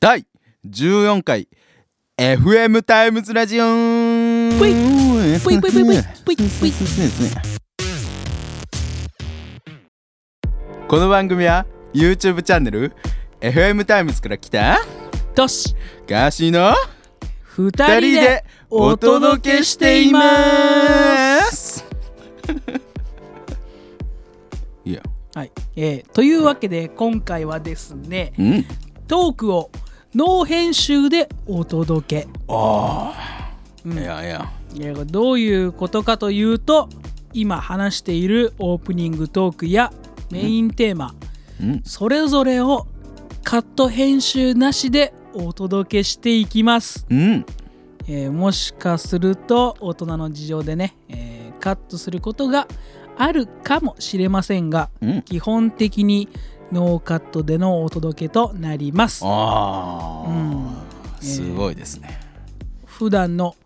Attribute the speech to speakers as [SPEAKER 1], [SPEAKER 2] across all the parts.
[SPEAKER 1] 第14回 FM タイムズラジオ
[SPEAKER 2] ぷいぷいぷいぷいぷいぷいぷい
[SPEAKER 1] この番組は YouTube チャンネル FM タイムズから来た
[SPEAKER 2] とし
[SPEAKER 1] ガーシーの2
[SPEAKER 2] 二人
[SPEAKER 1] 人
[SPEAKER 2] で
[SPEAKER 1] でお届けしていますいや
[SPEAKER 2] はい、えーというわけで今回はですね
[SPEAKER 1] うん
[SPEAKER 2] トークをノー編集でお届け
[SPEAKER 1] いやいや
[SPEAKER 2] いやどういうことかというと今話しているオープニングトークやメインテーマ、
[SPEAKER 1] うん
[SPEAKER 2] それぞれをカット編集なしでお届けしていきます、
[SPEAKER 1] うん
[SPEAKER 2] えーもしかすると大人の事情でね、えーカットすることがあるかもしれませんが
[SPEAKER 1] うん
[SPEAKER 2] 基本的にノーカットでのお届けとなります
[SPEAKER 1] ああ、
[SPEAKER 2] うん
[SPEAKER 1] すごいですね、
[SPEAKER 2] 普段の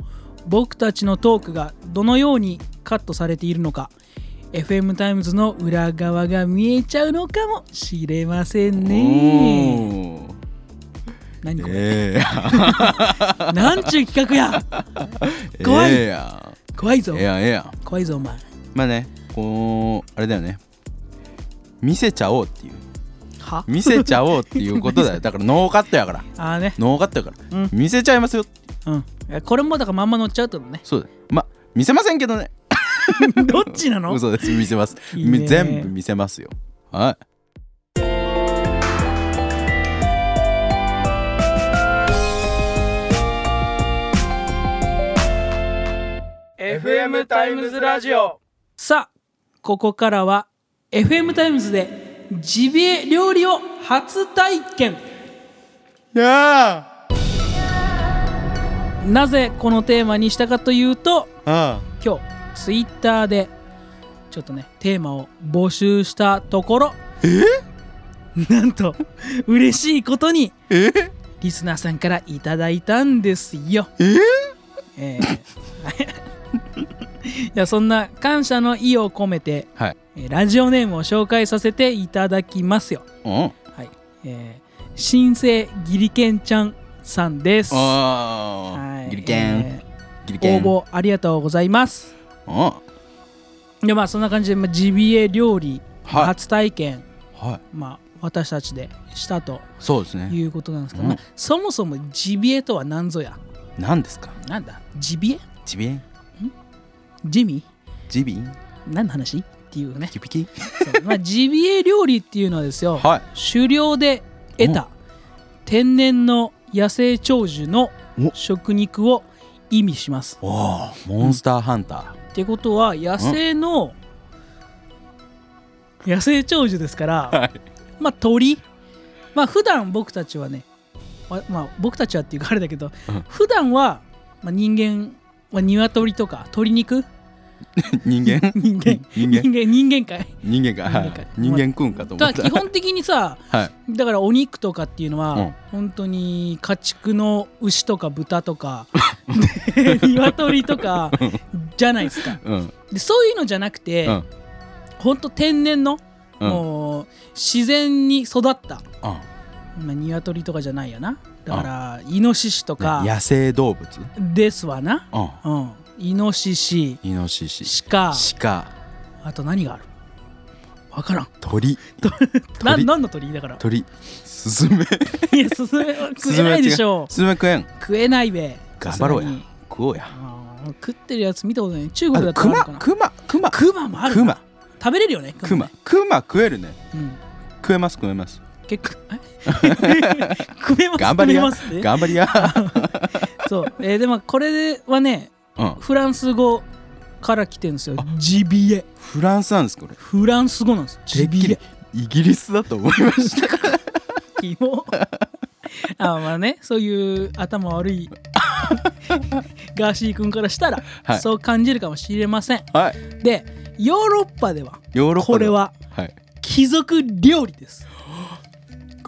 [SPEAKER 2] 僕たちのトークがどのようにカットされているのか FM タイムズの裏側が見えちゃうのかもしれませんね
[SPEAKER 1] ね
[SPEAKER 2] 何これ、
[SPEAKER 1] ええ
[SPEAKER 2] なんちゅう企画や
[SPEAKER 1] え
[SPEAKER 2] 怖い
[SPEAKER 1] えや
[SPEAKER 2] 怖いぞ
[SPEAKER 1] ええやんええやん
[SPEAKER 2] 怖いぞお前
[SPEAKER 1] まあねこうあれだよね見せちゃおうっていう
[SPEAKER 2] は
[SPEAKER 1] 見せちゃおうっていうこと だよだからノーカットやから
[SPEAKER 2] ああね
[SPEAKER 1] ノーカットやから、
[SPEAKER 2] うん
[SPEAKER 1] 見せちゃいますよ
[SPEAKER 2] うんえこれもだからまんま乗っちゃうってことね
[SPEAKER 1] そうだまあ見せませんけどね
[SPEAKER 2] どっちなの
[SPEAKER 1] 嘘です見せます
[SPEAKER 2] いいね
[SPEAKER 1] み全部見せますよはい
[SPEAKER 2] さあここからは FM タイムズでジビエ料理を初体験
[SPEAKER 1] やあ
[SPEAKER 2] なぜこのテーマにしたかというと
[SPEAKER 1] あ
[SPEAKER 2] 今日ツイッターでちょっとねテーマを募集したところなんと嬉しいことに
[SPEAKER 1] え
[SPEAKER 2] リスナーさんからいただいたんですよ。
[SPEAKER 1] え
[SPEAKER 2] えー いやそんな感謝の意を込めて
[SPEAKER 1] はい
[SPEAKER 2] えーラジオネームを紹介させていただきますよ。
[SPEAKER 1] うん
[SPEAKER 2] はい、えー、新生ギリケンちゃんさんです。
[SPEAKER 1] あ
[SPEAKER 2] は
[SPEAKER 1] あ
[SPEAKER 2] い
[SPEAKER 1] ギリケン、
[SPEAKER 2] え
[SPEAKER 1] ギリ
[SPEAKER 2] ー
[SPEAKER 1] ケン
[SPEAKER 2] 応募ありがとうございます。
[SPEAKER 1] うん
[SPEAKER 2] でまあそんな感じで、まあ、ジビエ料理、
[SPEAKER 1] はい
[SPEAKER 2] 初体験、
[SPEAKER 1] はい
[SPEAKER 2] まあ、私たちでしたと
[SPEAKER 1] そうですね
[SPEAKER 2] いうことなんですけど、
[SPEAKER 1] うん
[SPEAKER 2] まあ、そもそもジビエとは何ぞや
[SPEAKER 1] 何ですか
[SPEAKER 2] なんだジビエ
[SPEAKER 1] ジビエン
[SPEAKER 2] ジミ
[SPEAKER 1] ジビン
[SPEAKER 2] 何の話っていうね
[SPEAKER 1] キピキ
[SPEAKER 2] そう まあ、ジビエ料理っていうのはですよ、
[SPEAKER 1] はい
[SPEAKER 2] 狩猟で得た天然の野生長寿の
[SPEAKER 1] お
[SPEAKER 2] 食肉を意味します。
[SPEAKER 1] おおモンスターハンター
[SPEAKER 2] ってことは野生の野生長寿ですから、
[SPEAKER 1] はい
[SPEAKER 2] まあ鳥まあ普段僕たちはねわまあ僕たちはっていうかあれだけど、
[SPEAKER 1] うん
[SPEAKER 2] 普段は、まあ、人間は鶏とか鶏肉
[SPEAKER 1] 人間
[SPEAKER 2] 人間
[SPEAKER 1] 人
[SPEAKER 2] 人
[SPEAKER 1] 間
[SPEAKER 2] 間人間界
[SPEAKER 1] 人間か
[SPEAKER 2] 人間か
[SPEAKER 1] 人間くん かと思っ
[SPEAKER 2] だか
[SPEAKER 1] た
[SPEAKER 2] ら基本的にさ
[SPEAKER 1] はい
[SPEAKER 2] だからお肉とかっていうのは、
[SPEAKER 1] うん
[SPEAKER 2] 本当に家畜の牛とか豚 とか で鶏とかじゃないですか
[SPEAKER 1] うん
[SPEAKER 2] でそういうのじゃなくて、
[SPEAKER 1] うん
[SPEAKER 2] ほんと天然の、
[SPEAKER 1] うん
[SPEAKER 2] もう自然に育った、
[SPEAKER 1] あ
[SPEAKER 2] まあ、鶏とかじゃないやなだからイノシシとか
[SPEAKER 1] 野生動物
[SPEAKER 2] ですわな、
[SPEAKER 1] うん
[SPEAKER 2] うん、イノシシ
[SPEAKER 1] イノシシ
[SPEAKER 2] 鹿
[SPEAKER 1] 鹿
[SPEAKER 2] あと何があるわからん
[SPEAKER 1] 鳥
[SPEAKER 2] な
[SPEAKER 1] 鳥
[SPEAKER 2] 何の鳥だから
[SPEAKER 1] 鳥スズメ
[SPEAKER 2] いや スズメは食え
[SPEAKER 1] は
[SPEAKER 2] な
[SPEAKER 1] 違
[SPEAKER 2] いうでしょ
[SPEAKER 1] スズメ食えん
[SPEAKER 2] 食えないべ
[SPEAKER 1] 頑張ろう
[SPEAKER 2] さ
[SPEAKER 1] や
[SPEAKER 2] すがに
[SPEAKER 1] 食おうや
[SPEAKER 2] うん食ってるやつ見たことない中
[SPEAKER 1] あ
[SPEAKER 2] 国だ
[SPEAKER 1] と
[SPEAKER 2] ったら
[SPEAKER 1] 熊
[SPEAKER 2] あるかな
[SPEAKER 1] 熊熊
[SPEAKER 2] 熊もある
[SPEAKER 1] 熊
[SPEAKER 2] 食べれるよね
[SPEAKER 1] 熊
[SPEAKER 2] ね
[SPEAKER 1] 熊食えるね
[SPEAKER 2] うん
[SPEAKER 1] 食えます食えます
[SPEAKER 2] 結構え 食えます
[SPEAKER 1] 頑張り
[SPEAKER 2] 食え
[SPEAKER 1] や
[SPEAKER 2] ますって
[SPEAKER 1] 頑張りや
[SPEAKER 2] そう、えーでもこれはね
[SPEAKER 1] うん
[SPEAKER 2] フランス語から来てるんですよジビエ
[SPEAKER 1] フランスなんですこれ
[SPEAKER 2] フランス語なんですジビエ
[SPEAKER 1] イギリスだと思いました
[SPEAKER 2] キモ あまあねそういう頭悪 いガーシー君からしたら、
[SPEAKER 1] はい
[SPEAKER 2] そう感じるかもしれません
[SPEAKER 1] はい
[SPEAKER 2] でヨーロッパでは
[SPEAKER 1] ヨーロッパ
[SPEAKER 2] これ
[SPEAKER 1] で
[SPEAKER 2] は
[SPEAKER 1] はい
[SPEAKER 2] 貴族料理です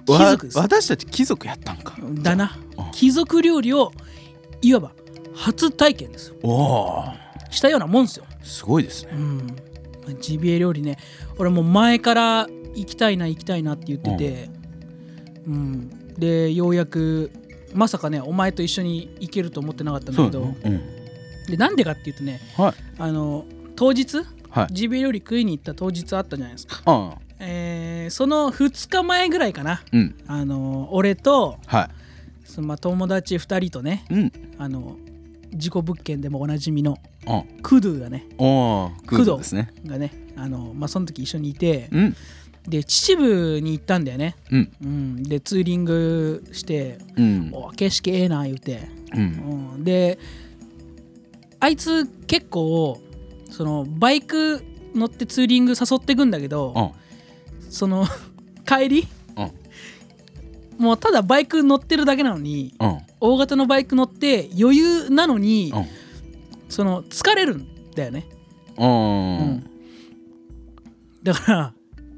[SPEAKER 2] 貴族です
[SPEAKER 1] わ私たち貴族やったんか
[SPEAKER 2] だな
[SPEAKER 1] うん
[SPEAKER 2] 貴族料理をいわば初体験ですよ
[SPEAKER 1] おお
[SPEAKER 2] したようなもんですよ
[SPEAKER 1] すごいですね
[SPEAKER 2] うんジビエ料理ね俺もう前から行きたいな行きたいなって言ってて、うんでようやくまさかねお前と一緒に行けると思ってなかったんだ
[SPEAKER 1] そう
[SPEAKER 2] け
[SPEAKER 1] だ
[SPEAKER 2] ど、
[SPEAKER 1] ね、うん、
[SPEAKER 2] でなんでかっていうとね
[SPEAKER 1] はい
[SPEAKER 2] あの当日
[SPEAKER 1] はい
[SPEAKER 2] ジビエ料理食いに行った当日あったじゃないですか、
[SPEAKER 1] ああ
[SPEAKER 2] えーその2日前ぐらいかな
[SPEAKER 1] うん
[SPEAKER 2] あの俺と
[SPEAKER 1] は
[SPEAKER 2] そのまあ友達2人とね
[SPEAKER 1] いうん
[SPEAKER 2] あの事故物件でもおなじみの
[SPEAKER 1] あ
[SPEAKER 2] クドゥがね
[SPEAKER 1] おークードですね
[SPEAKER 2] がねあの、まあ、その時一緒にいて
[SPEAKER 1] うん
[SPEAKER 2] で秩父に行ったんだよね、
[SPEAKER 1] うん
[SPEAKER 2] うん、でツーリングして
[SPEAKER 1] うん
[SPEAKER 2] お景色ええな言うて、
[SPEAKER 1] うん
[SPEAKER 2] うん、であいつ結構そのバイク乗ってツーリング誘ってくんだけど
[SPEAKER 1] あ
[SPEAKER 2] その 帰り
[SPEAKER 1] あ
[SPEAKER 2] もうただバイク乗ってるだけなのに
[SPEAKER 1] あ
[SPEAKER 2] 大型のバイク乗って余裕なのに
[SPEAKER 1] あ
[SPEAKER 2] その疲れるんだよね、
[SPEAKER 1] あ
[SPEAKER 2] う、
[SPEAKER 1] うん
[SPEAKER 2] だから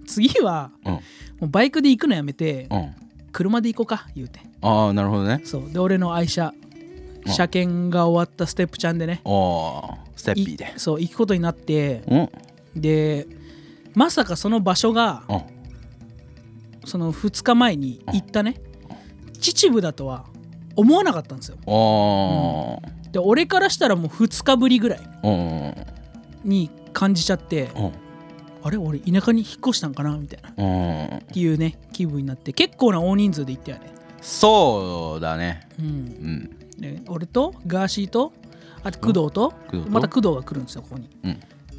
[SPEAKER 2] 次は
[SPEAKER 1] うん
[SPEAKER 2] もうバイクで行くのやめて
[SPEAKER 1] うん
[SPEAKER 2] 車で行こうか言うて
[SPEAKER 1] ああなるほどね
[SPEAKER 2] そうで俺の愛車
[SPEAKER 1] うん
[SPEAKER 2] 車検が終わったステップちゃんでね
[SPEAKER 1] おーステッピーで
[SPEAKER 2] いそう行くことになって
[SPEAKER 1] うん
[SPEAKER 2] でまさかその場所が
[SPEAKER 1] あ
[SPEAKER 2] その2日前に行ったね秩父だとは思わなかったんですよ
[SPEAKER 1] お
[SPEAKER 2] で俺からしたらもう2日ぶりぐらい
[SPEAKER 1] ーおー
[SPEAKER 2] に感じちゃって
[SPEAKER 1] おー
[SPEAKER 2] あれ俺田舎に引っ越したんかなみたいなっ
[SPEAKER 1] おー
[SPEAKER 2] ていうね気分になって結構な大人数で行ったよね
[SPEAKER 1] そうだね
[SPEAKER 2] うん
[SPEAKER 1] うん
[SPEAKER 2] ね俺とガーシーとあと工藤と
[SPEAKER 1] 工藤と
[SPEAKER 2] また工藤が来るんですよここに、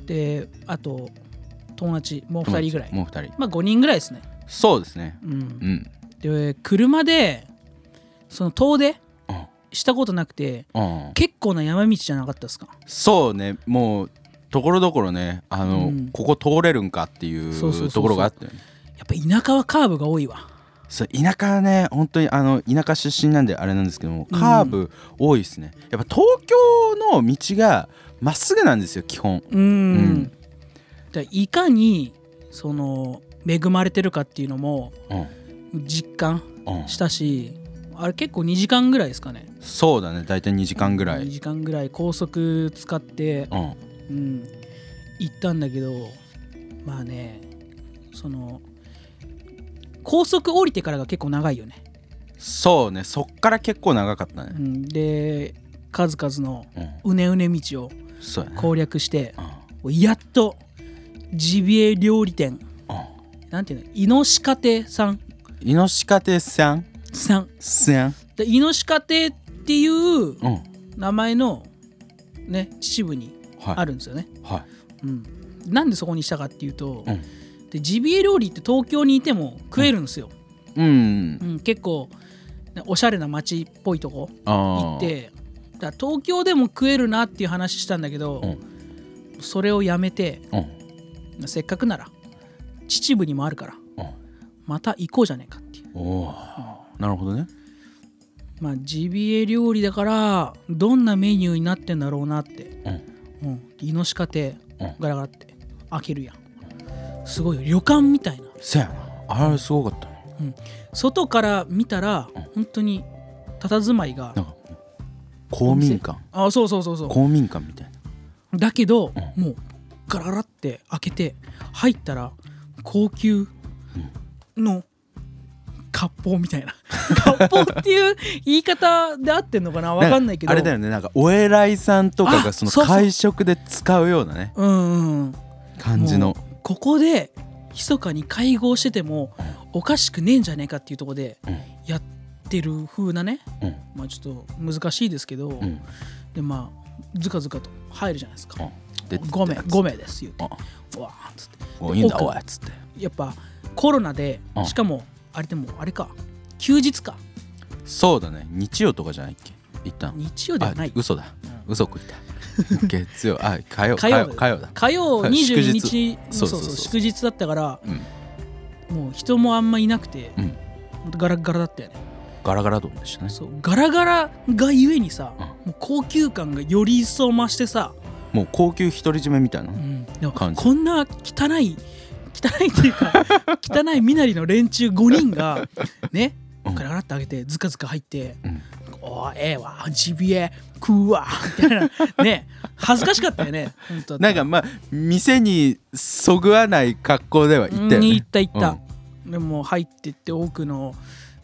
[SPEAKER 2] であと友達もう2人ぐらい
[SPEAKER 1] もう二人
[SPEAKER 2] まあ5人ぐらいですね、
[SPEAKER 1] そうですね
[SPEAKER 2] うん
[SPEAKER 1] うん
[SPEAKER 2] で車でその遠出
[SPEAKER 1] あ
[SPEAKER 2] したことなくて
[SPEAKER 1] あ
[SPEAKER 2] 結構な山道じゃなかったですか
[SPEAKER 1] そうねもうところどころねあの、
[SPEAKER 2] うん
[SPEAKER 1] ここ通れるんかってい
[SPEAKER 2] そうそうそうそう
[SPEAKER 1] うところがあったよね
[SPEAKER 2] やっぱ田舎はカーブが多いわ
[SPEAKER 1] そう田舎はね本当にあの田舎出身なんであれなんですけども
[SPEAKER 2] うん
[SPEAKER 1] カーブ多いですね、やっぱ東京の道がまっすぐなんですよ基本
[SPEAKER 2] うん、
[SPEAKER 1] ん
[SPEAKER 2] だからいかにその恵まれてるかっていうのも
[SPEAKER 1] うんうん
[SPEAKER 2] 実感したしあれ結構2時間ぐらいですかね
[SPEAKER 1] そうだね大体2時間ぐら
[SPEAKER 2] 2
[SPEAKER 1] い
[SPEAKER 2] 時間ぐらい高速使って
[SPEAKER 1] うん
[SPEAKER 2] うん、行ったんだけどまあねその高速降りてからが結構長いよね、
[SPEAKER 1] そうねそっから結構長かった
[SPEAKER 2] う
[SPEAKER 1] ね
[SPEAKER 2] ん、で数々の
[SPEAKER 1] うん、
[SPEAKER 2] うねうね道を
[SPEAKER 1] そうやね
[SPEAKER 2] 攻略して
[SPEAKER 1] うん
[SPEAKER 2] やっとジビエ料理店
[SPEAKER 1] う
[SPEAKER 2] なんていうのイノシカ亭さん
[SPEAKER 1] んイノシカ亭さん
[SPEAKER 2] さん
[SPEAKER 1] さん
[SPEAKER 2] でイノシカ亭っていう
[SPEAKER 1] うん
[SPEAKER 2] 名前のね秩父にあ
[SPEAKER 1] はい
[SPEAKER 2] るんですよね、
[SPEAKER 1] は
[SPEAKER 2] うん、なんでそこにしたかっていうと、
[SPEAKER 1] うん
[SPEAKER 2] でジビエ料理って東京にいても食えるんですよ、
[SPEAKER 1] いうん
[SPEAKER 2] うん、結構ねおしゃれな街っぽいとこ行
[SPEAKER 1] 行
[SPEAKER 2] ってだから東京でも食えるなっていう話したんだけど、
[SPEAKER 1] うん
[SPEAKER 2] それをやめて
[SPEAKER 1] うん
[SPEAKER 2] せっかくなら秩父にもあるから
[SPEAKER 1] うん
[SPEAKER 2] また行こうじゃねえかっていう、
[SPEAKER 1] おおなるほどね
[SPEAKER 2] まあ、ジビエ料理だからどんなメニューになってんだろうなって、
[SPEAKER 1] うん
[SPEAKER 2] うん、イノシカ亭
[SPEAKER 1] うん
[SPEAKER 2] ガラガラって開けるやんすごいよ旅館みたいな
[SPEAKER 1] せやなあれすごかったな
[SPEAKER 2] 外から見たら本当に佇まいが
[SPEAKER 1] なんか公民館
[SPEAKER 2] あそうそうそうそう
[SPEAKER 1] 公民館みたいな
[SPEAKER 2] だけど、もうガラガラって開けて入ったら高級の割烹みた いな割烹っていう言い方で合ってんのかなわかんないけど
[SPEAKER 1] あれだよねなんかお偉いさんとか
[SPEAKER 2] あ
[SPEAKER 1] がその
[SPEAKER 2] そうそう
[SPEAKER 1] 会食で使うようなね
[SPEAKER 2] うんうん
[SPEAKER 1] 感じの
[SPEAKER 2] もうここで密かに会合してても
[SPEAKER 1] うん
[SPEAKER 2] おかしくねえんじゃねえかっていうところで
[SPEAKER 1] うん
[SPEAKER 2] やってる風なね
[SPEAKER 1] うん
[SPEAKER 2] まあちょっと難しいですけど、
[SPEAKER 1] うん
[SPEAKER 2] でまあずかずかと入るじゃないですか
[SPEAKER 1] うんで
[SPEAKER 2] 5名
[SPEAKER 1] つって
[SPEAKER 2] 5名です言うて
[SPEAKER 1] うん
[SPEAKER 2] うわーっつって
[SPEAKER 1] 五人だ
[SPEAKER 2] 奥
[SPEAKER 1] おいっつって
[SPEAKER 2] やっぱコロナで
[SPEAKER 1] うん
[SPEAKER 2] しかもあれでもあれか休日か
[SPEAKER 1] そうだね日曜とかじゃないっけ行ったの
[SPEAKER 2] 日曜では
[SPEAKER 1] あ
[SPEAKER 2] ない
[SPEAKER 1] 嘘だ
[SPEAKER 2] うん
[SPEAKER 1] 嘘食いた月曜あ火曜火
[SPEAKER 2] 火曜
[SPEAKER 1] 曜火曜だ
[SPEAKER 2] 火曜
[SPEAKER 1] はい祝
[SPEAKER 2] 22
[SPEAKER 1] 日
[SPEAKER 2] 日そうそう
[SPEAKER 1] そうそうそう
[SPEAKER 2] 祝日だったから
[SPEAKER 1] うん
[SPEAKER 2] もう人もあんまいなくて
[SPEAKER 1] うん
[SPEAKER 2] ほんとガラッガラだったよね
[SPEAKER 1] ガラガラドンでしたね
[SPEAKER 2] そうガラガラがゆえにさ
[SPEAKER 1] うん
[SPEAKER 2] もう高級感がより一層増してさ、
[SPEAKER 1] もう高級独り占めみたいな
[SPEAKER 2] うん、でも
[SPEAKER 1] 感じ
[SPEAKER 2] こんな汚い汚いっていう か汚い身なりの連中5人がね
[SPEAKER 1] うん
[SPEAKER 2] ガラガラってあげてズカズカ入って
[SPEAKER 1] うん
[SPEAKER 2] おーええわジビエ食うわみたいなね恥ずかしかったよね本当
[SPEAKER 1] なんかまあ店にそぐわない格好では行ったよ
[SPEAKER 2] うん
[SPEAKER 1] ね
[SPEAKER 2] 行った行った、でも入ってって奥の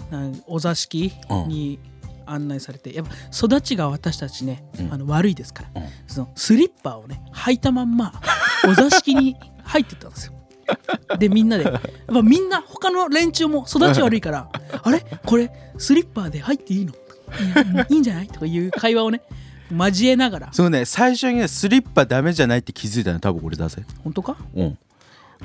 [SPEAKER 2] なんお座敷
[SPEAKER 1] うん
[SPEAKER 2] に案内されてやっぱ育ちが私たちね、
[SPEAKER 1] うん
[SPEAKER 2] あの悪いですから、
[SPEAKER 1] うん
[SPEAKER 2] そのスリッパをね履いたまんまお座 敷に入ってったんですよ。でみんなでやっぱみんな他の連中も育ち悪いから あれこれスリッパで入っていいのいやいいんじゃないとかいう会話をね交えながら
[SPEAKER 1] そうね最初にねスリッパダメじゃないって気づいたの多分俺だぜ
[SPEAKER 2] 本当か
[SPEAKER 1] うん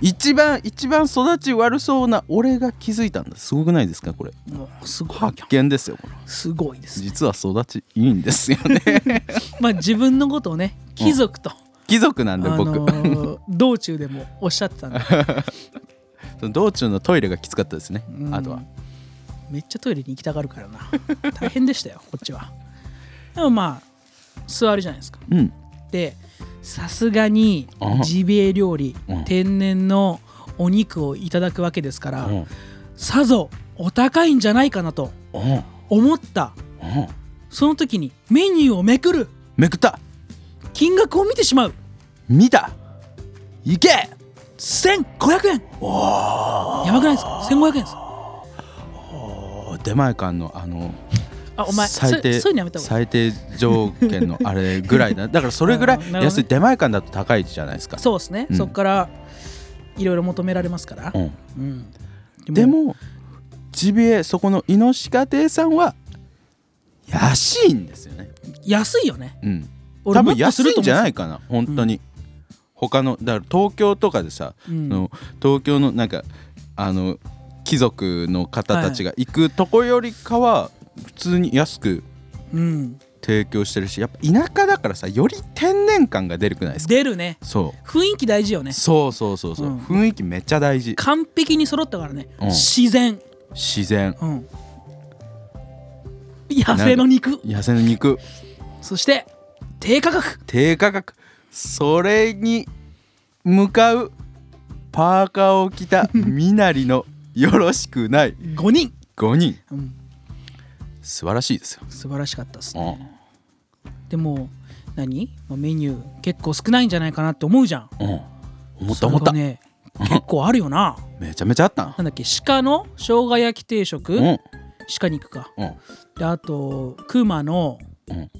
[SPEAKER 1] 一番一番育ち悪そうな俺が気づいたんだすごくないですかこれ
[SPEAKER 2] もうすごい
[SPEAKER 1] 発見ですよこれ
[SPEAKER 2] すごいですね
[SPEAKER 1] 実は育ちいいんですよ ね
[SPEAKER 2] まあ自分のことをね貴族と、
[SPEAKER 1] 貴族なんで
[SPEAKER 2] あ
[SPEAKER 1] 僕、
[SPEAKER 2] のー道中でもおっしゃってた んで
[SPEAKER 1] その道中のトイレがきつかったですね
[SPEAKER 2] うん
[SPEAKER 1] あとは
[SPEAKER 2] めっちゃトイレに行きたがるからな大変でしたよこっちはでもまあ座るじゃないですか
[SPEAKER 1] うん
[SPEAKER 2] でさすがに
[SPEAKER 1] あ
[SPEAKER 2] ジビエ料理
[SPEAKER 1] うん
[SPEAKER 2] 天然のお肉をいただくわけですか
[SPEAKER 1] う
[SPEAKER 2] ら、
[SPEAKER 1] ん
[SPEAKER 2] さぞお高いんじゃないかなと
[SPEAKER 1] うんうん
[SPEAKER 2] 思ったその時にメニューをめくる
[SPEAKER 1] めくった
[SPEAKER 2] 金額を見てしまう
[SPEAKER 1] 見た行け
[SPEAKER 2] 1500円やばくないですか1500円です
[SPEAKER 1] お出前館のあの
[SPEAKER 2] あお前そ
[SPEAKER 1] 最低
[SPEAKER 2] そういうのやめた方がいい
[SPEAKER 1] 最低条件のあれぐらい だだからそれぐらい
[SPEAKER 2] あーなるほどね
[SPEAKER 1] 安い出前館だと高いじゃないですか
[SPEAKER 2] そうですね、
[SPEAKER 1] うん
[SPEAKER 2] そこからいろいろ求められますから、
[SPEAKER 1] うん
[SPEAKER 2] うん
[SPEAKER 1] でもジビエそこのイノシカ亭さんは安いんですよね
[SPEAKER 2] 安いよね
[SPEAKER 1] うん
[SPEAKER 2] 俺
[SPEAKER 1] 多
[SPEAKER 2] も
[SPEAKER 1] 分
[SPEAKER 2] っと
[SPEAKER 1] 安
[SPEAKER 2] する
[SPEAKER 1] い
[SPEAKER 2] と思
[SPEAKER 1] んじゃないいかな本当に、他のだから東京とかでさ、
[SPEAKER 2] うん
[SPEAKER 1] その東京のなんかあの貴族の方たちが行くとこよりかは普通に安く
[SPEAKER 2] うん
[SPEAKER 1] 提供してるしやっぱ田舎だからさより天然感が出るくないですか
[SPEAKER 2] 出るね
[SPEAKER 1] そ
[SPEAKER 2] 雰囲気大事よね
[SPEAKER 1] うそうそうそうそう、
[SPEAKER 2] うん
[SPEAKER 1] 雰囲気めっちゃ大事
[SPEAKER 2] 完璧に揃ったからね、
[SPEAKER 1] うん
[SPEAKER 2] 自然、
[SPEAKER 1] 自然
[SPEAKER 2] うん、野生の肉
[SPEAKER 1] 野生の肉
[SPEAKER 2] そして低価格
[SPEAKER 1] 低価格それに向かうパーカーを着た身なりのよろしくない
[SPEAKER 2] 5人、
[SPEAKER 1] 5人
[SPEAKER 2] うん、
[SPEAKER 1] 素晴らしいですよ、
[SPEAKER 2] 素晴らしかったっすね
[SPEAKER 1] う
[SPEAKER 2] でも何まあメニュー結構少ないんじゃないかなって思うじゃん
[SPEAKER 1] んうん、思った思った、
[SPEAKER 2] それがね結構あるよな
[SPEAKER 1] めちゃめちゃあったな
[SPEAKER 2] なんだっけ鹿の生姜焼き定食、
[SPEAKER 1] うん
[SPEAKER 2] 鹿肉か
[SPEAKER 1] うん
[SPEAKER 2] であと熊の、
[SPEAKER 1] うん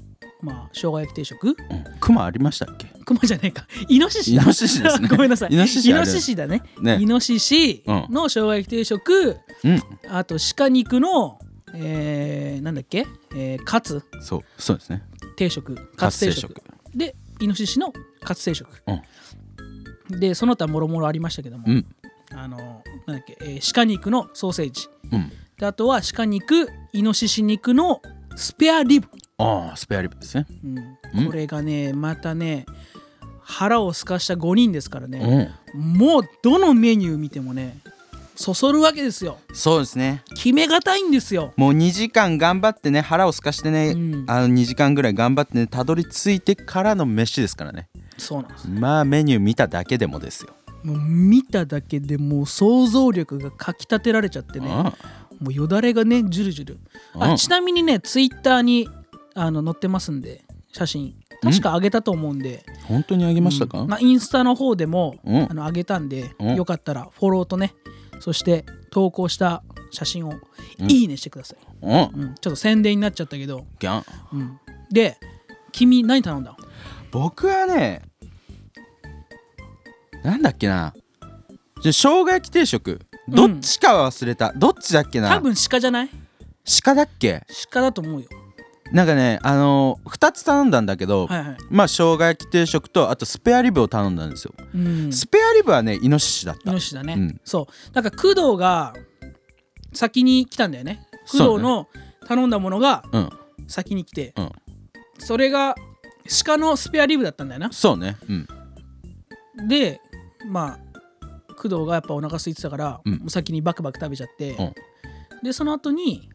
[SPEAKER 2] まあ生姜焼き定食
[SPEAKER 1] う んクマありましたっけ
[SPEAKER 2] 熊じゃないかイノシシ
[SPEAKER 1] イノシシですね
[SPEAKER 2] ごめんなさい
[SPEAKER 1] イノシシある
[SPEAKER 2] イノシシだね
[SPEAKER 1] ね
[SPEAKER 2] イノシシ
[SPEAKER 1] うん
[SPEAKER 2] の生姜焼き定食、
[SPEAKER 1] うん
[SPEAKER 2] あと鹿肉のえー、なんだっけ、えー、カツ
[SPEAKER 1] そうそうですね
[SPEAKER 2] 定食カツ定食
[SPEAKER 1] カツ定
[SPEAKER 2] でイノシシのカツ定食、でその他もろもろありましたけども、
[SPEAKER 1] うん
[SPEAKER 2] あのなんだっけ、えー鹿肉のソーセージ
[SPEAKER 1] うん
[SPEAKER 2] であとは鹿肉イノシシ肉のスペアリブ、
[SPEAKER 1] ああスペアリブですね
[SPEAKER 2] うん
[SPEAKER 1] うん
[SPEAKER 2] これがねまたね腹をすかした5人ですからね、
[SPEAKER 1] うん
[SPEAKER 2] もうどのメニュー見てもねそそるわけですよ
[SPEAKER 1] そうですね
[SPEAKER 2] 決めがたいんですよ
[SPEAKER 1] もう2時間頑張ってね腹をすかしてね、
[SPEAKER 2] うん
[SPEAKER 1] あの2時間ぐらい頑張ってねたどり着いてからの飯ですからね
[SPEAKER 2] そうなんです
[SPEAKER 1] まあメニュー見ただけでもですよ、
[SPEAKER 2] もう見ただけでもう想像力がかきたてられちゃってね
[SPEAKER 1] あ
[SPEAKER 2] もうよだれがねジュルジュル
[SPEAKER 1] う
[SPEAKER 2] あ
[SPEAKER 1] ん
[SPEAKER 2] ちなみにねツイッターにあの載ってますんで写真確かあげたと思うんで、
[SPEAKER 1] あ本当にあげましたか、
[SPEAKER 2] まあ、インスタの方でも、
[SPEAKER 1] うん
[SPEAKER 2] あの上げたんで、
[SPEAKER 1] うん
[SPEAKER 2] よかったらフォローとねそして投稿した写真をいいねしてください、
[SPEAKER 1] うん
[SPEAKER 2] うんちょっと宣伝になっちゃったけど、
[SPEAKER 1] ギャン
[SPEAKER 2] うんで君何頼んだ
[SPEAKER 1] 僕はねなんだっけなじゃ生姜焼き定食どっちかは忘れた、どっちだっけな
[SPEAKER 2] 多分鹿じゃない
[SPEAKER 1] 鹿だっけ
[SPEAKER 2] 鹿だと思うよ
[SPEAKER 1] なんかねあのー、2つ頼んだんだけど、
[SPEAKER 2] はいはい、
[SPEAKER 1] まあ生姜焼き定食とあとスペアリブを頼んだんですよ、
[SPEAKER 2] うん、イ
[SPEAKER 1] スペアリブはねイノシシだった
[SPEAKER 2] ノシシだね、
[SPEAKER 1] うん
[SPEAKER 2] そうだから工藤が先に来たんだよね
[SPEAKER 1] そう
[SPEAKER 2] 工
[SPEAKER 1] ね
[SPEAKER 2] 藤の頼んだものが
[SPEAKER 1] うん
[SPEAKER 2] 先に来て、
[SPEAKER 1] うん
[SPEAKER 2] それが鹿のスペアリブだったんだよな
[SPEAKER 1] そうねうん
[SPEAKER 2] でまあ工藤がやっぱお腹空いてたから、
[SPEAKER 1] うん
[SPEAKER 2] もう先にバクバク食べちゃって、
[SPEAKER 1] うん
[SPEAKER 2] でその後に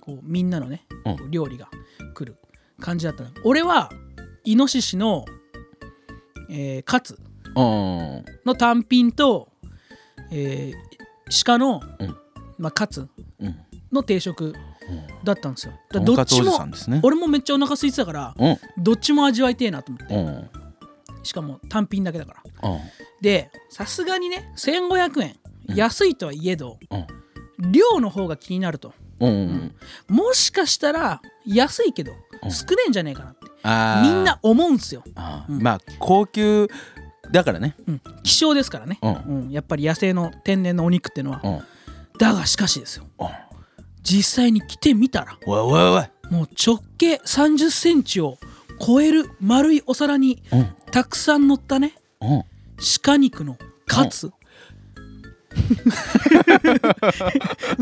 [SPEAKER 2] こうみんなのね、
[SPEAKER 1] うん
[SPEAKER 2] こう料理が来る感じだったの俺はイノシシの、えーカツ
[SPEAKER 1] うん
[SPEAKER 2] の単品と、えー鹿の、
[SPEAKER 1] うん
[SPEAKER 2] まあ、カツ
[SPEAKER 1] うん
[SPEAKER 2] の定食だったんですよ
[SPEAKER 1] と
[SPEAKER 2] だから
[SPEAKER 1] ん
[SPEAKER 2] ど
[SPEAKER 1] か
[SPEAKER 2] っ
[SPEAKER 1] つお
[SPEAKER 2] ち
[SPEAKER 1] じ
[SPEAKER 2] も
[SPEAKER 1] さんですね
[SPEAKER 2] 俺もめっちゃお腹空いてたから
[SPEAKER 1] うん
[SPEAKER 2] どっちも味わいてえなと思って
[SPEAKER 1] うんうん
[SPEAKER 2] しかも単品だけだからでさすがにね1500円
[SPEAKER 1] うん
[SPEAKER 2] 安いとはいえど、
[SPEAKER 1] うん
[SPEAKER 2] 量の方が気になると
[SPEAKER 1] うんうん
[SPEAKER 2] もしかしたら安いけど
[SPEAKER 1] うん
[SPEAKER 2] 少ねえんじゃねえかなって
[SPEAKER 1] あー
[SPEAKER 2] みんな思うんすよ、
[SPEAKER 1] あ
[SPEAKER 2] う
[SPEAKER 1] ー
[SPEAKER 2] ん
[SPEAKER 1] まあ高級だからね
[SPEAKER 2] うん、希少ですからね、
[SPEAKER 1] うん
[SPEAKER 2] うん、やっぱり野生の天然のお肉ってのは
[SPEAKER 1] うんうん
[SPEAKER 2] だがしかしですよ
[SPEAKER 1] おい
[SPEAKER 2] 実際に来てみたら
[SPEAKER 1] おいおい
[SPEAKER 2] もう直径3 0センチを超える丸いお皿に
[SPEAKER 1] うん
[SPEAKER 2] たくさん乗ったね
[SPEAKER 1] うん
[SPEAKER 2] 鹿肉のカツ。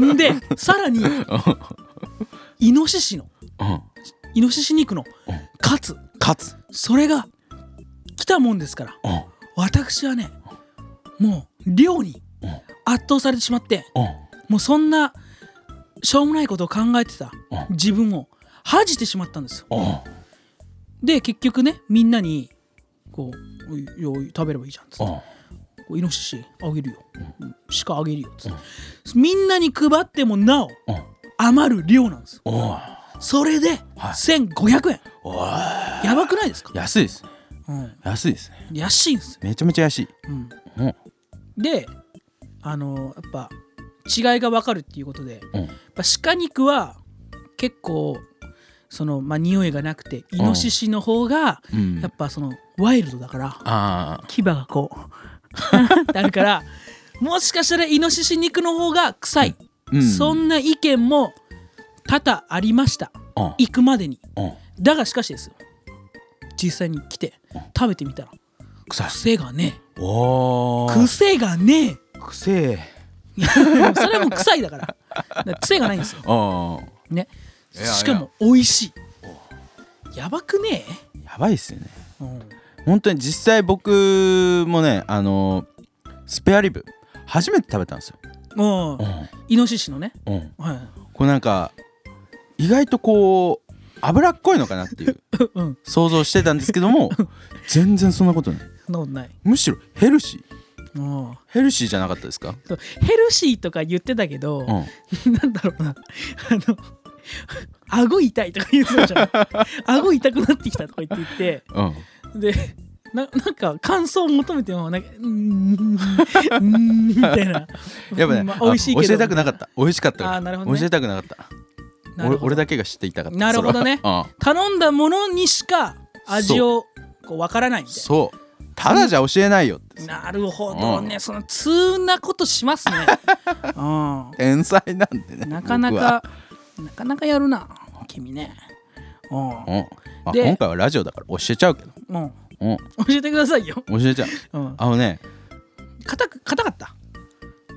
[SPEAKER 2] んでさらにイノシシの
[SPEAKER 1] うん
[SPEAKER 2] イノシシ肉の
[SPEAKER 1] うん
[SPEAKER 2] カツ
[SPEAKER 1] 勝つ
[SPEAKER 2] それが来たもんですから
[SPEAKER 1] うん
[SPEAKER 2] 私はねもう量に
[SPEAKER 1] うん
[SPEAKER 2] 圧倒されてしまって
[SPEAKER 1] うん
[SPEAKER 2] もうそんなしょうもないことを考えてた
[SPEAKER 1] うん
[SPEAKER 2] 自分を恥じてしまったんですよ。
[SPEAKER 1] うん
[SPEAKER 2] で結局ねみんなにこう「おいいやおい食べればいいじゃん」っつって
[SPEAKER 1] うん
[SPEAKER 2] こうイノシシあげるよ、鹿あげるよっつって、みんなに配ってもなお
[SPEAKER 1] うん
[SPEAKER 2] 余る量なんですよ
[SPEAKER 1] おい
[SPEAKER 2] それで
[SPEAKER 1] はい
[SPEAKER 2] 1500円、
[SPEAKER 1] おい
[SPEAKER 2] やばくないですか、
[SPEAKER 1] 安いですね
[SPEAKER 2] うん、
[SPEAKER 1] 安いですね
[SPEAKER 2] 安いんですよ、
[SPEAKER 1] めちゃめちゃ安い
[SPEAKER 2] うん、
[SPEAKER 1] うん
[SPEAKER 2] であのーやっぱ違いが分かるっていうことでやっ
[SPEAKER 1] うん
[SPEAKER 2] ぱ鹿肉は結構そのまあ匂いがなくてイノシシの方が
[SPEAKER 1] うん
[SPEAKER 2] やっぱそのワイルドだから、
[SPEAKER 1] あ
[SPEAKER 2] 牙がこう ってあるからもしかしたらイノシシ肉の方が臭い、
[SPEAKER 1] ーうん
[SPEAKER 2] そんな意見も多々ありました
[SPEAKER 1] うん
[SPEAKER 2] 行くまでに
[SPEAKER 1] うん
[SPEAKER 2] だがしかしですよ実際に来て食べてみたら
[SPEAKER 1] 臭い
[SPEAKER 2] 癖がね
[SPEAKER 1] お
[SPEAKER 2] え
[SPEAKER 1] ー
[SPEAKER 2] 癖がね
[SPEAKER 1] くせえ
[SPEAKER 2] え それはもう臭いだからだから癖がないんですよ
[SPEAKER 1] あ
[SPEAKER 2] ね
[SPEAKER 1] いやいや
[SPEAKER 2] しかも美味しいやばくね
[SPEAKER 1] ーやばいっすよね
[SPEAKER 2] え、うん
[SPEAKER 1] 本当に実際僕もねあのスペアリブ初めて食べたんですよ、
[SPEAKER 2] もう
[SPEAKER 1] う
[SPEAKER 2] イノシシのね、
[SPEAKER 1] んうん、
[SPEAKER 2] はい
[SPEAKER 1] こうなんか意外とこう脂っこいのかなっていう
[SPEAKER 2] うん、
[SPEAKER 1] 想像してたんですけども全然そんなことない
[SPEAKER 2] そんなことない、
[SPEAKER 1] むしろヘルシー
[SPEAKER 2] うん、
[SPEAKER 1] ヘルシーじゃなかったですか、
[SPEAKER 2] そうヘルシーとか言ってたけど、
[SPEAKER 1] うん、
[SPEAKER 2] なんだろうな、あの、顎痛いとか言ってたじゃ ん。顎痛くなってきたとか言って
[SPEAKER 1] うん
[SPEAKER 2] 言って、で、ななんか感想を求めてもなんかうーんうーんみたいな
[SPEAKER 1] やっぱね、
[SPEAKER 2] まあ、美味しいけ
[SPEAKER 1] あ
[SPEAKER 2] ど
[SPEAKER 1] 教えたくなかった美味しかったから
[SPEAKER 2] あーなるほどね
[SPEAKER 1] 教えたくなかった
[SPEAKER 2] なるほど
[SPEAKER 1] 俺俺だけが知っていたかった
[SPEAKER 2] なるほどね
[SPEAKER 1] それは
[SPEAKER 2] 頼んだものにしか味をこう分からない
[SPEAKER 1] うん
[SPEAKER 2] みたい
[SPEAKER 1] そうただじゃ教えないよって
[SPEAKER 2] ななるほどね、その通なことします ね、うん、
[SPEAKER 1] 天才なんでね
[SPEAKER 2] なかな
[SPEAKER 1] 僕は
[SPEAKER 2] かなかなかやるな君ねうん
[SPEAKER 1] うんまあ、
[SPEAKER 2] で
[SPEAKER 1] 今回はラジオだから教えちゃうけど、
[SPEAKER 2] うん
[SPEAKER 1] うん、
[SPEAKER 2] 教えてくださいよ、
[SPEAKER 1] 教えちゃう
[SPEAKER 2] うん、
[SPEAKER 1] あのね
[SPEAKER 2] 硬く硬かった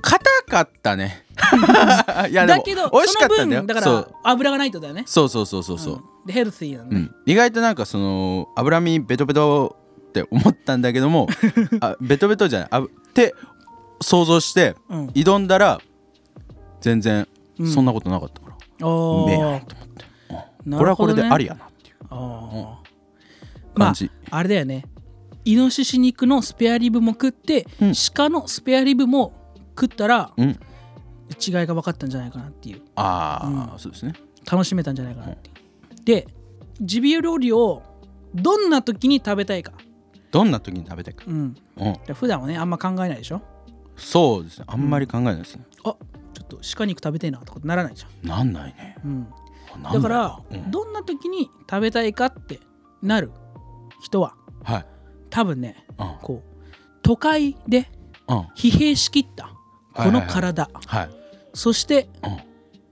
[SPEAKER 1] 硬かった ねいやで
[SPEAKER 2] だ
[SPEAKER 1] も
[SPEAKER 2] けど
[SPEAKER 1] 美味しかったんだ
[SPEAKER 2] その
[SPEAKER 1] よ
[SPEAKER 2] 分だか
[SPEAKER 1] そ
[SPEAKER 2] ら
[SPEAKER 1] う
[SPEAKER 2] 油がないとだよね
[SPEAKER 1] そうそうそうそうそう、
[SPEAKER 2] んでヘルシーなん
[SPEAKER 1] う
[SPEAKER 2] で、
[SPEAKER 1] ん意外となんかその脂身ベトベトって思ったんだけど もあベトベトじゃないあぶって想像して
[SPEAKER 2] うん
[SPEAKER 1] 挑んだら全然
[SPEAKER 2] うん
[SPEAKER 1] そんなことなかったから、
[SPEAKER 2] お
[SPEAKER 1] うめえな
[SPEAKER 2] ー
[SPEAKER 1] と思って、
[SPEAKER 2] な
[SPEAKER 1] これ
[SPEAKER 2] る
[SPEAKER 1] は
[SPEAKER 2] ほ
[SPEAKER 1] こ
[SPEAKER 2] ど
[SPEAKER 1] れ
[SPEAKER 2] ね
[SPEAKER 1] でありやなっていう
[SPEAKER 2] あーま
[SPEAKER 1] 感
[SPEAKER 2] あ
[SPEAKER 1] じ、
[SPEAKER 2] あれだよねイノシシ肉のスペアリブも食って、
[SPEAKER 1] うん
[SPEAKER 2] 鹿のスペアリブも食ったら
[SPEAKER 1] うん
[SPEAKER 2] 違いが分かったんじゃないかなっていう
[SPEAKER 1] ああ、そうですね
[SPEAKER 2] 楽しめたんじゃないかなっていう、でジビエ料理をどんな時に食べたいか、
[SPEAKER 1] どんな時に食べたいか、
[SPEAKER 2] うん、
[SPEAKER 1] うん、
[SPEAKER 2] で普段はねあんま考えないでしょ
[SPEAKER 1] そうですねあんまり考えないですね、
[SPEAKER 2] あちょっと鹿肉食べてえなとかならないじ
[SPEAKER 1] なんないね
[SPEAKER 2] ゃん、うん、
[SPEAKER 1] あなんない
[SPEAKER 2] だか
[SPEAKER 1] な
[SPEAKER 2] ら、
[SPEAKER 1] うん
[SPEAKER 2] どんな時に食べたいかってなる人は
[SPEAKER 1] はい
[SPEAKER 2] 多分ね
[SPEAKER 1] うん
[SPEAKER 2] こう都会で
[SPEAKER 1] うん
[SPEAKER 2] 疲弊しきったこの体、
[SPEAKER 1] はい
[SPEAKER 2] そして
[SPEAKER 1] うん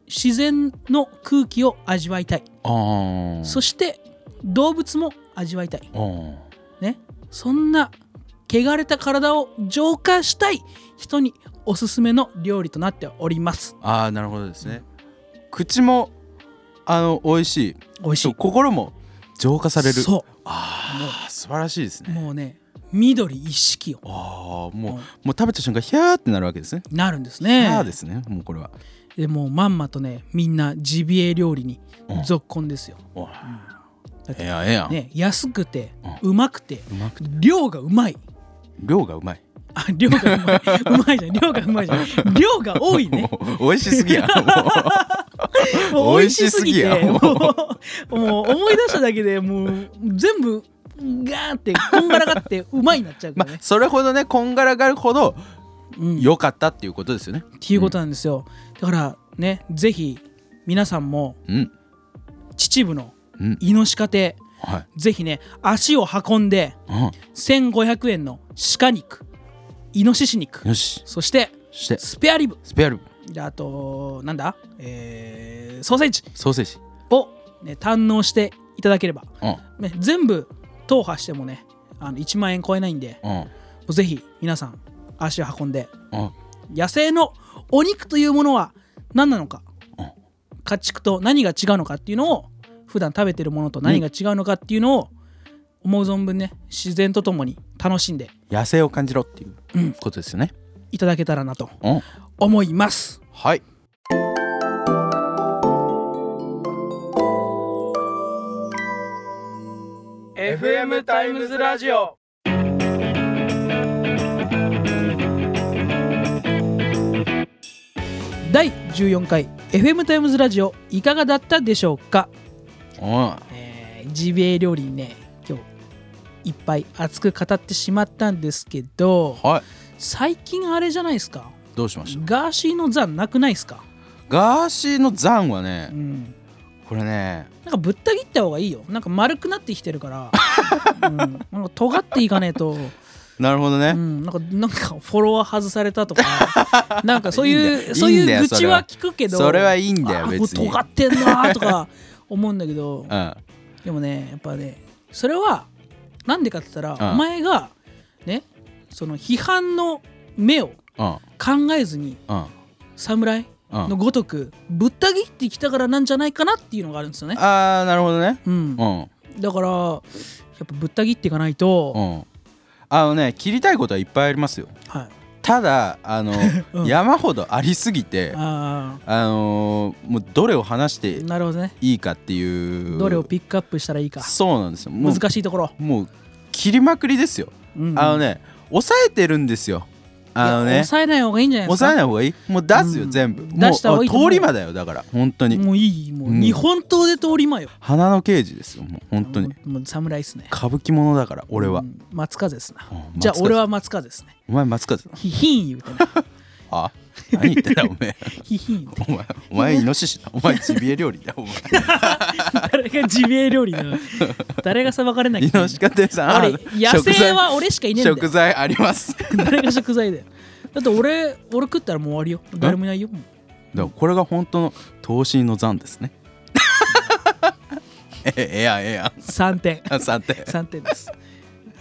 [SPEAKER 2] 自然の空気を味わいたい、
[SPEAKER 1] ああ
[SPEAKER 2] そして動物も味わいたい
[SPEAKER 1] うん
[SPEAKER 2] ねそんな汚れた体を浄化したい人におすすめの料理となっております
[SPEAKER 1] ああなるほどですね、口もあの美味しい
[SPEAKER 2] 美味し
[SPEAKER 1] そう
[SPEAKER 2] い
[SPEAKER 1] 心も浄化される
[SPEAKER 2] そ
[SPEAKER 1] ああ素晴らしいです
[SPEAKER 2] う
[SPEAKER 1] ね
[SPEAKER 2] もうね緑一色を
[SPEAKER 1] ああもう
[SPEAKER 2] うん
[SPEAKER 1] もう食べた瞬間ヒャーってなるわけですね
[SPEAKER 2] なるんです
[SPEAKER 1] ヒ
[SPEAKER 2] ね
[SPEAKER 1] ャーですねもうこれは
[SPEAKER 2] でもうまんまとねみんなジビエ料理に
[SPEAKER 1] うん
[SPEAKER 2] 続婚ですよ、
[SPEAKER 1] おい
[SPEAKER 2] だっ
[SPEAKER 1] ええ
[SPEAKER 2] て
[SPEAKER 1] やんええやん、
[SPEAKER 2] ね安くて
[SPEAKER 1] う
[SPEAKER 2] うまくて
[SPEAKER 1] うまく
[SPEAKER 2] 量がうまい
[SPEAKER 1] 量がうまい
[SPEAKER 2] あ量がうまいうまい じゃん量がうまいじゃん量が多いね
[SPEAKER 1] もう美味しすぎやん も
[SPEAKER 2] もう美味しすぎ
[SPEAKER 1] 美味しすぎ
[SPEAKER 2] て
[SPEAKER 1] や
[SPEAKER 2] も
[SPEAKER 1] も
[SPEAKER 2] うもう思い出しただけでもう全部ガーってこんがらがってうまいになっちゃう
[SPEAKER 1] うま
[SPEAKER 2] か
[SPEAKER 1] あ
[SPEAKER 2] らね、
[SPEAKER 1] それほどねこんがらがるほど
[SPEAKER 2] うん、っ
[SPEAKER 1] 良かったっていうことですよね
[SPEAKER 2] ていうことなんですよだからねぜひ皆さんも
[SPEAKER 1] うん
[SPEAKER 2] 秩父の
[SPEAKER 1] うん
[SPEAKER 2] 猪鹿亭
[SPEAKER 1] はい
[SPEAKER 2] ぜひね足を運んで
[SPEAKER 1] う
[SPEAKER 2] 1500円の鹿肉イノシシ肉
[SPEAKER 1] んよし
[SPEAKER 2] そして
[SPEAKER 1] して
[SPEAKER 2] スペアリブ
[SPEAKER 1] スペアル
[SPEAKER 2] であとなんだ、えーソーセージ
[SPEAKER 1] ソーセージ
[SPEAKER 2] を、ね、堪能していただければ、
[SPEAKER 1] うん
[SPEAKER 2] ね、全部踏破してもねあの1万円超えないんで
[SPEAKER 1] うん
[SPEAKER 2] ぜひ皆さん足を運んで
[SPEAKER 1] うん
[SPEAKER 2] 野生のお肉というものは何なのか
[SPEAKER 1] うん
[SPEAKER 2] 家畜と何が違うのかっていうのを普段食べてるものと何が違うのかっていうのを思う存分ね自然とともに楽しんで
[SPEAKER 1] 野生を感じろってい
[SPEAKER 2] うん
[SPEAKER 1] うことですよね
[SPEAKER 2] いただけたらなと
[SPEAKER 1] うん
[SPEAKER 2] 思います
[SPEAKER 1] はい
[SPEAKER 2] オ第14回 FM タイムズラジオいかがだったでしょうか、
[SPEAKER 1] うん
[SPEAKER 2] えー、ジビエ料理にね今日いっぱい熱く語ってしまったんですけど
[SPEAKER 1] はい
[SPEAKER 2] 最近あれじゃないですか
[SPEAKER 1] どうしました
[SPEAKER 2] ガーシーの残なくないですか、
[SPEAKER 1] ガーシーの残は
[SPEAKER 2] う
[SPEAKER 1] ね
[SPEAKER 2] ん、
[SPEAKER 1] これね
[SPEAKER 2] なんかぶった切った方がいいよなんか丸くなってきてるから、うん、なんか尖っていかねえと
[SPEAKER 1] なるほど
[SPEAKER 2] う
[SPEAKER 1] ね
[SPEAKER 2] ん、なんかなんかフォロワー外されたとかなんかそう
[SPEAKER 1] いいん
[SPEAKER 2] い
[SPEAKER 1] だ
[SPEAKER 2] う
[SPEAKER 1] よ
[SPEAKER 2] そう
[SPEAKER 1] いいんだ
[SPEAKER 2] い
[SPEAKER 1] よ
[SPEAKER 2] う愚痴は聞くけど
[SPEAKER 1] それはいいんだ
[SPEAKER 2] あ
[SPEAKER 1] よ
[SPEAKER 2] これ
[SPEAKER 1] 別に
[SPEAKER 2] 尖ってんなとか 思うんだけど
[SPEAKER 1] うん
[SPEAKER 2] でもねやっぱねそれはなんでかって言ったら、
[SPEAKER 1] うん
[SPEAKER 2] お前がねその批判の目を
[SPEAKER 1] うん
[SPEAKER 2] 考えずに
[SPEAKER 1] うん
[SPEAKER 2] 侍
[SPEAKER 1] うん
[SPEAKER 2] のごとくぶった切ってきたからなんじゃないかなっていうのがあるんですよね。
[SPEAKER 1] あーなるほどね
[SPEAKER 2] うん、
[SPEAKER 1] うん
[SPEAKER 2] だからやっぱぶった切っていかないと、
[SPEAKER 1] うんあのね切りたいことはいっぱいありますよ
[SPEAKER 2] はい、
[SPEAKER 1] ただあ の、
[SPEAKER 2] うん
[SPEAKER 1] 山ほどありすぎて
[SPEAKER 2] あ
[SPEAKER 1] あのーもうどれを話して
[SPEAKER 2] ーなるほどね
[SPEAKER 1] いいかっていう
[SPEAKER 2] どれをピックアップしたらいいか
[SPEAKER 1] そうなんですよもう
[SPEAKER 2] 難しいところ、
[SPEAKER 1] もう切りまくりですよ、
[SPEAKER 2] うん
[SPEAKER 1] あのね抑えてるんですよあの
[SPEAKER 2] いや
[SPEAKER 1] ね
[SPEAKER 2] 抑えない方がいいんじゃないですか
[SPEAKER 1] 抑えない方がいいもう出すよ、
[SPEAKER 2] うん
[SPEAKER 1] 全部
[SPEAKER 2] 出した方がいいと思
[SPEAKER 1] も
[SPEAKER 2] う
[SPEAKER 1] う通り魔だよだから本当に、
[SPEAKER 2] もういいもう、
[SPEAKER 1] うん
[SPEAKER 2] 日本刀で通り魔よ
[SPEAKER 1] 花の刑事ですよもう本当に、
[SPEAKER 2] もうもう侍っすね
[SPEAKER 1] 歌舞伎者だから俺は、
[SPEAKER 2] うん松風ですな、
[SPEAKER 1] うん
[SPEAKER 2] じゃあ
[SPEAKER 1] 松風
[SPEAKER 2] 俺は松風ですね
[SPEAKER 1] お前松風だ
[SPEAKER 2] ひひん言うてね
[SPEAKER 1] あ何言ってんだお前
[SPEAKER 2] ひひん言うて
[SPEAKER 1] お前お前イノシシだお前ジビエ料理だ お前
[SPEAKER 2] 誰がジビエ料理なの誰が裁かれなきゃ
[SPEAKER 1] イ
[SPEAKER 2] いけな
[SPEAKER 1] ノ
[SPEAKER 2] い
[SPEAKER 1] シカ亭さんあ
[SPEAKER 2] 俺
[SPEAKER 1] の
[SPEAKER 2] 野
[SPEAKER 1] 食
[SPEAKER 2] 生
[SPEAKER 1] 材
[SPEAKER 2] は俺しかいねえんだ
[SPEAKER 1] 食
[SPEAKER 2] よ
[SPEAKER 1] 材ありますだか
[SPEAKER 2] 誰が食材だよだって俺俺食ったらもう終わりよ誰もいないよもう
[SPEAKER 1] らこれが本当の投資の残ですね ええええやんええやん
[SPEAKER 2] 3点
[SPEAKER 1] あさて
[SPEAKER 2] 3点です。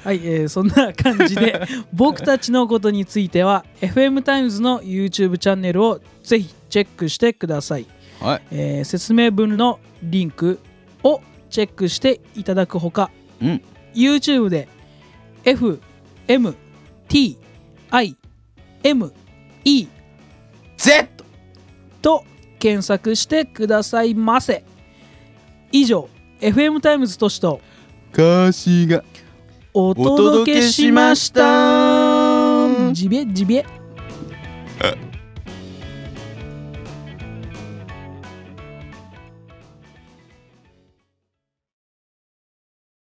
[SPEAKER 2] はい、えーそんな感じ で僕たちのことについては FM タイムズの YouTube チャンネルをぜひチェックしてください、
[SPEAKER 1] はい
[SPEAKER 2] えー説明文のリンクをチェックしていただくほか
[SPEAKER 1] うん
[SPEAKER 2] YouTube で FMTIME
[SPEAKER 1] Z
[SPEAKER 2] と検索してくださいませ以上 FM タイムズとしと
[SPEAKER 1] 歌詞が
[SPEAKER 2] お届けしました
[SPEAKER 1] お届けしました
[SPEAKER 2] ジビエジビエ